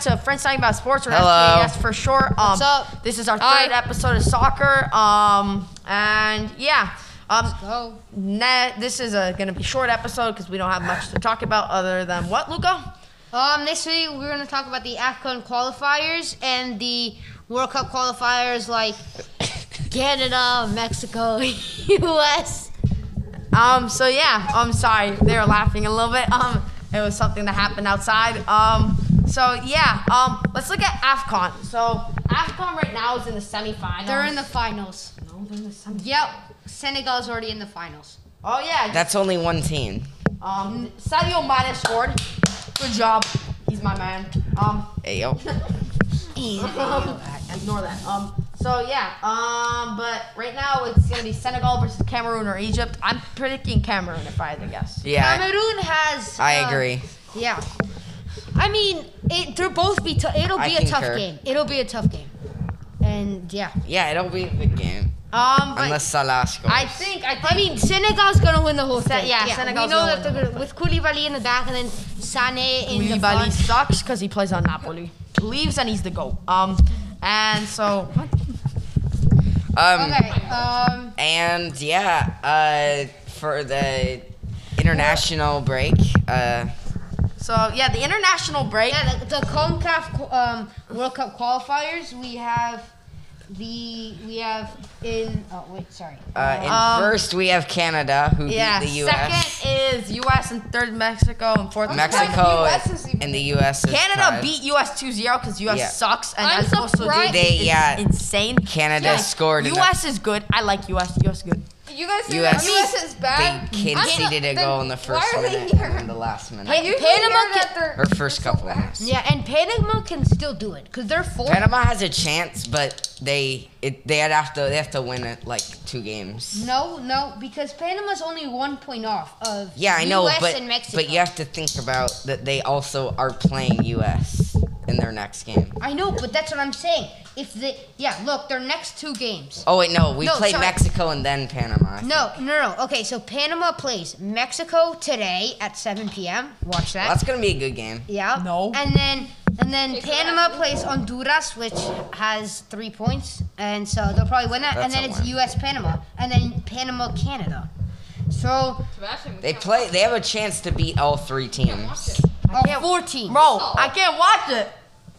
to Friends Talking About Sports or Hello. FTAS for short. Um, What's up? This is our Hi. third episode of soccer. Um, and yeah. Um, Go. ne- this is a, gonna be short episode because we don't have much to talk about other than what Luca. Um, this week we're going to talk about the AFCON qualifiers and the World Cup qualifiers like Canada, Mexico, US. Um, so yeah, I'm sorry they were laughing a little bit. Um, it was something that happened outside. Um, so yeah, um, let's look at Afcon. So Afcon right now is in the semifinals. They're in the finals. No, they're in the semi. Yep. Senegal's already in the finals. Oh yeah, That's only one team. Um, Sadio Mane scored. Good job. He's my man. Um, Ayo. ignore that. Um, so yeah. Um, but right now it's gonna be Senegal versus Cameroon or Egypt. I'm predicting Cameroon if I had to guess. Yeah, Cameroon has. I, uh, I agree. Yeah. I mean, it, they're both be. T- it'll I be a tough concur. game. It'll be a tough game. And yeah. Yeah, it'll be a good game Um, but unless Salah scores. I think I think I mean, Senegal's gonna win the whole Se- thing. yeah, Senegal's we know gonna that win they're gonna, with Koulibaly in the back and then Sané in the Koulibaly front. sucks because he plays on Napoli. Leaves and he's the goat. Um, and so what? um, Okay. Um. and yeah, uh, for the international break, uh, So yeah, the international break. Yeah, the, the Concacaf qu- um, World Cup qualifiers. We have the we have in. Oh wait, sorry. uh, in Um, first we have Canada who Yeah. beat the U.S. Second is U.S. and third Mexico and fourth Mexico US is even- and the U.S. is Canada tied. beat US 2-0 because US Yeah. sucks and I'm as also surprised- They- is yeah. insane. Canada scored in the- US is good. I like US. US good. You guys think U.S. the US is bad? They conceded a goal in the first why are they minute here? and in the last minute. Hey, You Panama Panama can- Or first couple minutes. Yeah, and Panama can still do it because they're four. Panama has a chance, but they it, they had have to they have to win it like two games. No, no, because Panama's only one point off of Yeah, I know, US but and Mexico. but you have to think about that they also are playing U.S. in their next game. I know, but that's what I'm saying. If the yeah, look, their next two games. Oh wait, no, we No, play sorry. Mexico and then Panama. No, no, no. Okay, so Panama plays Mexico today at 7 p.m. Watch that. That's gonna be a good game. yeah. No. And then and then Take Panama that. plays Honduras, which has three points, and so they'll probably win that. and That's then a it's win. U.S. Panama, and then Panama Canada. So They play. They have a chance to beat all three teams. all can't- uh, four teams. Bro, I can't watch it.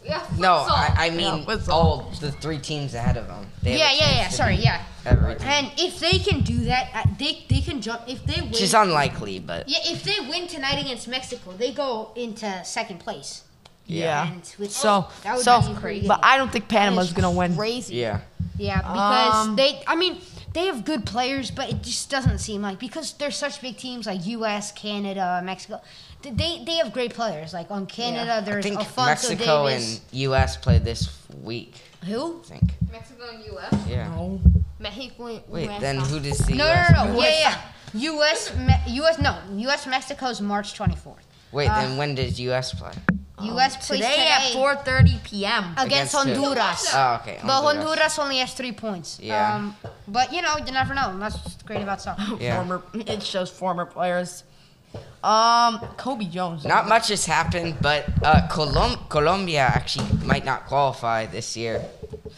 Yeah, No, futsal. I, I mean Yeah, futsal. all the three teams ahead of them. They have Yeah, a yeah, chance yeah. to Sorry, beat yeah. Every team. And if they can do that, uh, they they can jump. If they win, Which is unlikely, but yeah, if they win tonight against Mexico, they go into second place. Yeah. And with, So that would so be crazy. but I don't think Panama's It's gonna win. Crazy. yeah. Yeah, because Um, they. I mean, they have good players, but it just doesn't seem like because they're such big teams like U.S., Canada, Mexico. th- They they have great players. Like on Canada, I there's think Alfonso Mexico Davis. and U.S. play this week. who? I think. Mexico and US. Yeah. Oh, No. Mexico and Wait, US. then who does the No, no, US? no, no. play? Yeah, yeah. U.S. Me- U.S. No, U.S. Mexico's March twenty fourth. Wait, Uh, then when does U.S. play? U.S. plays Today, at today 4:30 p.m. against, Against who? Honduras. Oh, okay. But Honduras only has three points. Yeah. Um, but you know, you never know. That's what's great about soccer. Yeah. Former it shows former players. Um, Kobe Jones. Not much has happened, but uh, Colom- Colombia actually might not qualify this year.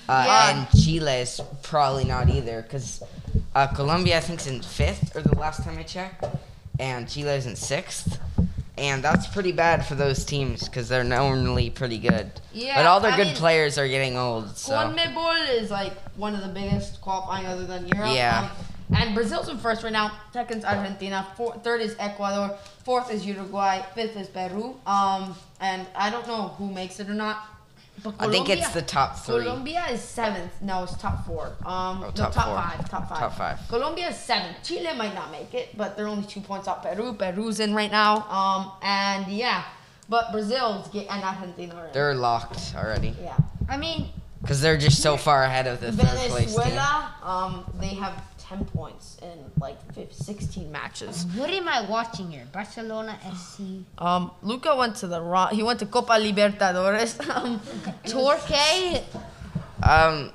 Uh, Yeah. And Chile is probably not either, because uh, Colombia, I think, is in fifth, or the last time I checked, and Chile is in sixth. And that's pretty bad for those teams, because they're normally pretty good. Yeah, but all their I good mean- players are getting old, so. Conmebol is like one of the biggest qualifying other than Europe. Yeah. Um, and Brazil's in first right now. Second's Argentina. Four, third is Ecuador. Fourth is Uruguay. Fifth is Peru. Um, and I don't know who makes it or not. But I think it's Colombia- the top three. Colombia is seventh. No, it's top four. Um, Oh, no, top top, four. five. Top five. Top five. Colombia is seventh. Chile might not make it, but they're only two points off Peru. Peru's in right now. Um, and yeah, but Brazil's get and Argentina are in. They're locked already. yeah. I mean, Because they're just so far ahead of the third place team. Venezuela, um, they have 10 points in like fif- 16 matches. what am I watching here? Barcelona FC. Um, Luca went to the wrong, he went to Copa Libertadores. Um, Uh, Torque. Um,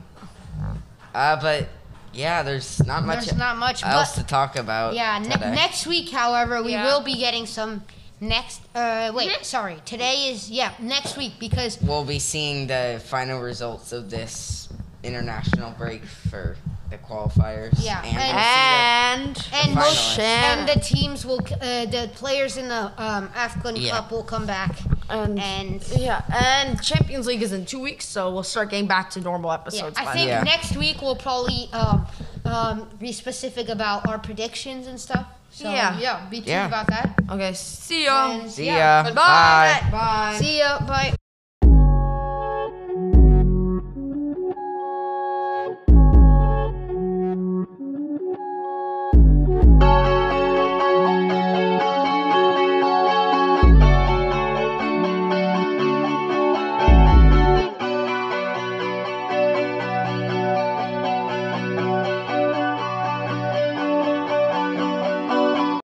uh, but yeah, there's not much There's not much. else But to talk about. yeah, ne- today. next week, however, we Yeah. will be getting some next. Uh, wait, sorry. Today is yeah next week because We'll be seeing the final results of this international break for the qualifiers. Yeah, and- and, we'll see And and The most finalists. and the teams will c- uh, the players in the um, Afcon Yeah. Cup will come back and, and yeah, and Champions League is in two weeks, so we'll start getting back to normal yeah, episodes. I by think Yeah. next week we'll probably um, um, be specific about our predictions and stuff. So Yeah. yeah, be tuned Yeah. about that. then. Okay, see ya. And the- See yeah, um, ya. Bye. Bye. Bye. see ya. Bye.